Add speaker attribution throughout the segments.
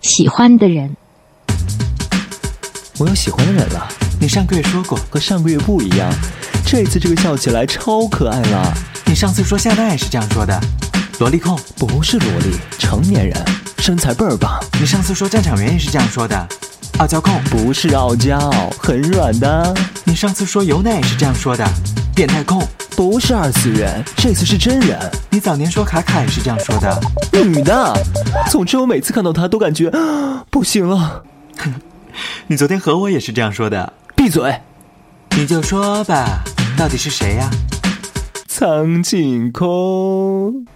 Speaker 1: 喜欢的人。
Speaker 2: 我有喜欢的人了，
Speaker 3: 你上个月说过，
Speaker 2: 和上个月不一样，这次这个笑起来超可爱啊了。
Speaker 3: 你上次说夏娜也是这样说的，萝莉控。
Speaker 2: 不是萝莉，成年人，身材倍儿棒，
Speaker 3: 你上次说站场员也是这样说的，傲娇控。
Speaker 2: 不是傲娇，很软的。
Speaker 3: 你上次说尤娜也是这样说的，变态控。
Speaker 2: 不是二次元，这次是真人，
Speaker 3: 你早年说卡卡也是这样说的，
Speaker 2: 女的。总之我每次看到她都感觉 啊不行了。
Speaker 3: 你昨天和我也是这样说的，
Speaker 2: 闭嘴！
Speaker 3: 你就说吧，到底是谁呀、
Speaker 2: 苍井空，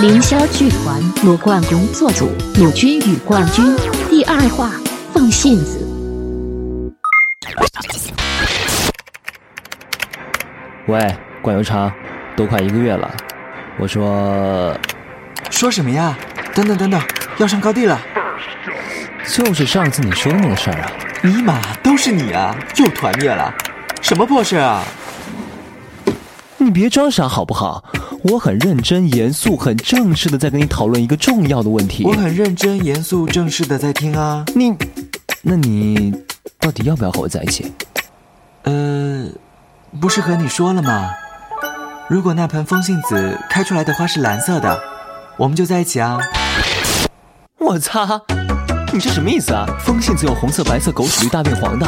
Speaker 1: 凌霄剧团鲁冠工作组鲁军与冠军第二话奉信子。
Speaker 2: 喂，管邮茶，都快一个月了。我说，
Speaker 3: 说什么呀？等等等等，要上高地了！
Speaker 2: 就是上次你说的那个事儿啊。
Speaker 3: 尼玛，都是你啊，又团灭了，什么破事啊？
Speaker 2: 你别装傻好不好？我很认真、严肃、很正式的在跟你讨论一个重要的问题
Speaker 3: 我。很认真、严肃、正式的在听啊。
Speaker 2: 你，那你到底要不要和我在一起？
Speaker 3: 呃，不是和你说了吗？如果那盆风信子开出来的花是蓝色的，我们就在一起啊。
Speaker 2: 我擦！你这什么意思啊？风信子有红色、白色、狗屎绿、大变黄的。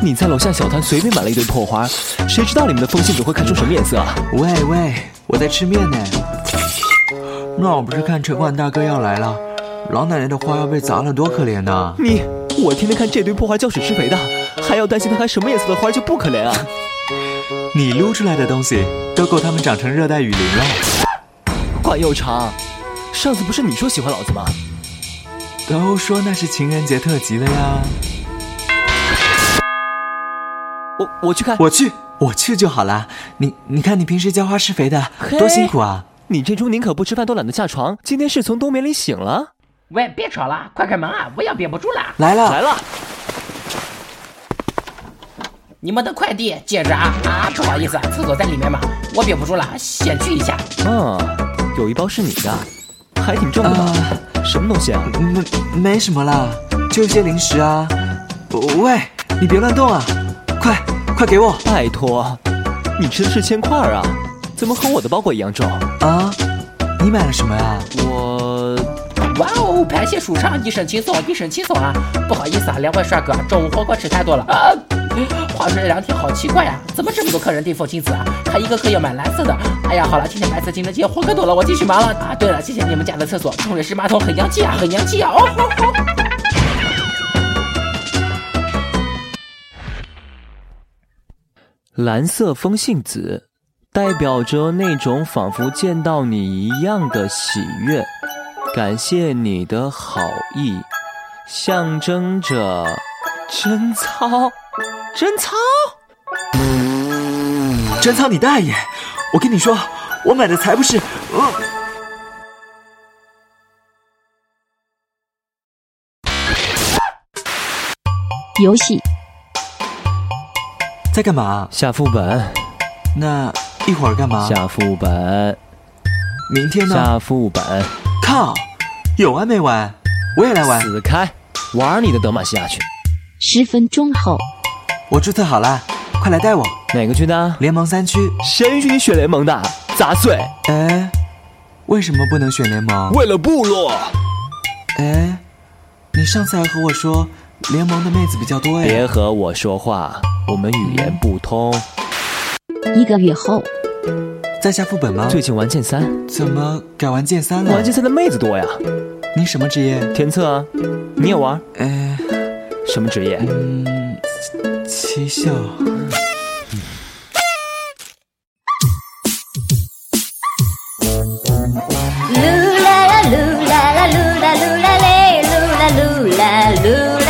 Speaker 2: 你在楼下小摊随便买了一堆破花，谁知道里面的风信子会开出什么颜色啊？
Speaker 3: 喂喂，我在吃面呢。那我不是看陈冠大哥要来了，老奶奶的花要被砸了，多可怜呐！
Speaker 2: 你，我天天看这堆破花浇水施肥的，还要担心它开什么颜色的花就不可怜啊？
Speaker 3: 你撸出来的东西都够他们长成热带雨林了，
Speaker 2: 管又长，上次不是你说喜欢老子吗？
Speaker 3: 都说那是情人节特辑的呀。
Speaker 2: 我我去看。
Speaker 3: 我去，我去就好啦。你你看，你平时浇花施肥的
Speaker 2: 嘿
Speaker 3: 多辛苦啊！
Speaker 2: 你这猪宁可不吃饭都懒得下床，今天是从冬眠里醒了？
Speaker 4: 喂，别吵了，快开门啊！我要憋不住了。
Speaker 3: 来了
Speaker 2: 来了，
Speaker 4: 你们的快递接着啊啊！不好意思，啊，厕所在里面嘛，我憋不住了，先去一下。
Speaker 2: 嗯，有一包是你的，还挺重的吧？什么东西啊？
Speaker 3: 没没什么啦，就一些零食啊。喂，你别乱动啊！快快给我
Speaker 2: 拜托，你吃的是铅块啊？怎么和我的包裹一样重？
Speaker 3: 啊！你买了什么呀？
Speaker 2: 我
Speaker 4: 哇哦，排泄舒畅，一身轻松，一身轻松啊！不好意思啊，两位帅哥，中午火锅吃太多了啊。话说这两天好奇怪呀、怎么这么多客人订凤青子啊？还一个个要买蓝色的。哎呀，好了，今天白色情人节火可多了，我继续忙了啊。对了，谢谢你们家的厕所冲水式马桶很洋气啊，很洋气啊！哦吼吼。
Speaker 2: 蓝色风信子，代表着那种仿佛见到你一样的喜悦，感谢你的好意，象征着贞操，贞操。
Speaker 3: 贞操你大爷！我跟你说，我买的才不是……呃，
Speaker 1: 游戏
Speaker 3: 在干嘛？
Speaker 2: 下副本，
Speaker 3: 那一会儿干嘛？
Speaker 2: 下副本，
Speaker 3: 明天呢？
Speaker 2: 下副本，
Speaker 3: 靠，有完没完？我也来玩。
Speaker 2: 死开，玩你的德玛西亚去。
Speaker 1: 十分钟后，
Speaker 3: 我注册好了，快来带我。
Speaker 2: 哪个区的？
Speaker 3: 联盟三区。
Speaker 2: 谁允许你选联盟的？杂碎！
Speaker 3: 哎，为什么不能选联盟？
Speaker 2: 为了部落，
Speaker 3: 哎，你上次还和我说联盟的妹子比较多哎
Speaker 2: 别。和我说话，我们语言不通。
Speaker 1: 一个月后，
Speaker 3: 在下副本吗？
Speaker 2: 最近玩剑三，
Speaker 3: 怎么改玩剑三了
Speaker 2: 玩？剑三的妹子多呀。
Speaker 3: 你什么职业？
Speaker 2: 天策啊，你也玩？
Speaker 3: 哎，
Speaker 2: 什么职业？
Speaker 3: 嗯，七校。
Speaker 5: 噜啦啦噜啦啦噜啦噜啦嘞，噜啦噜啦噜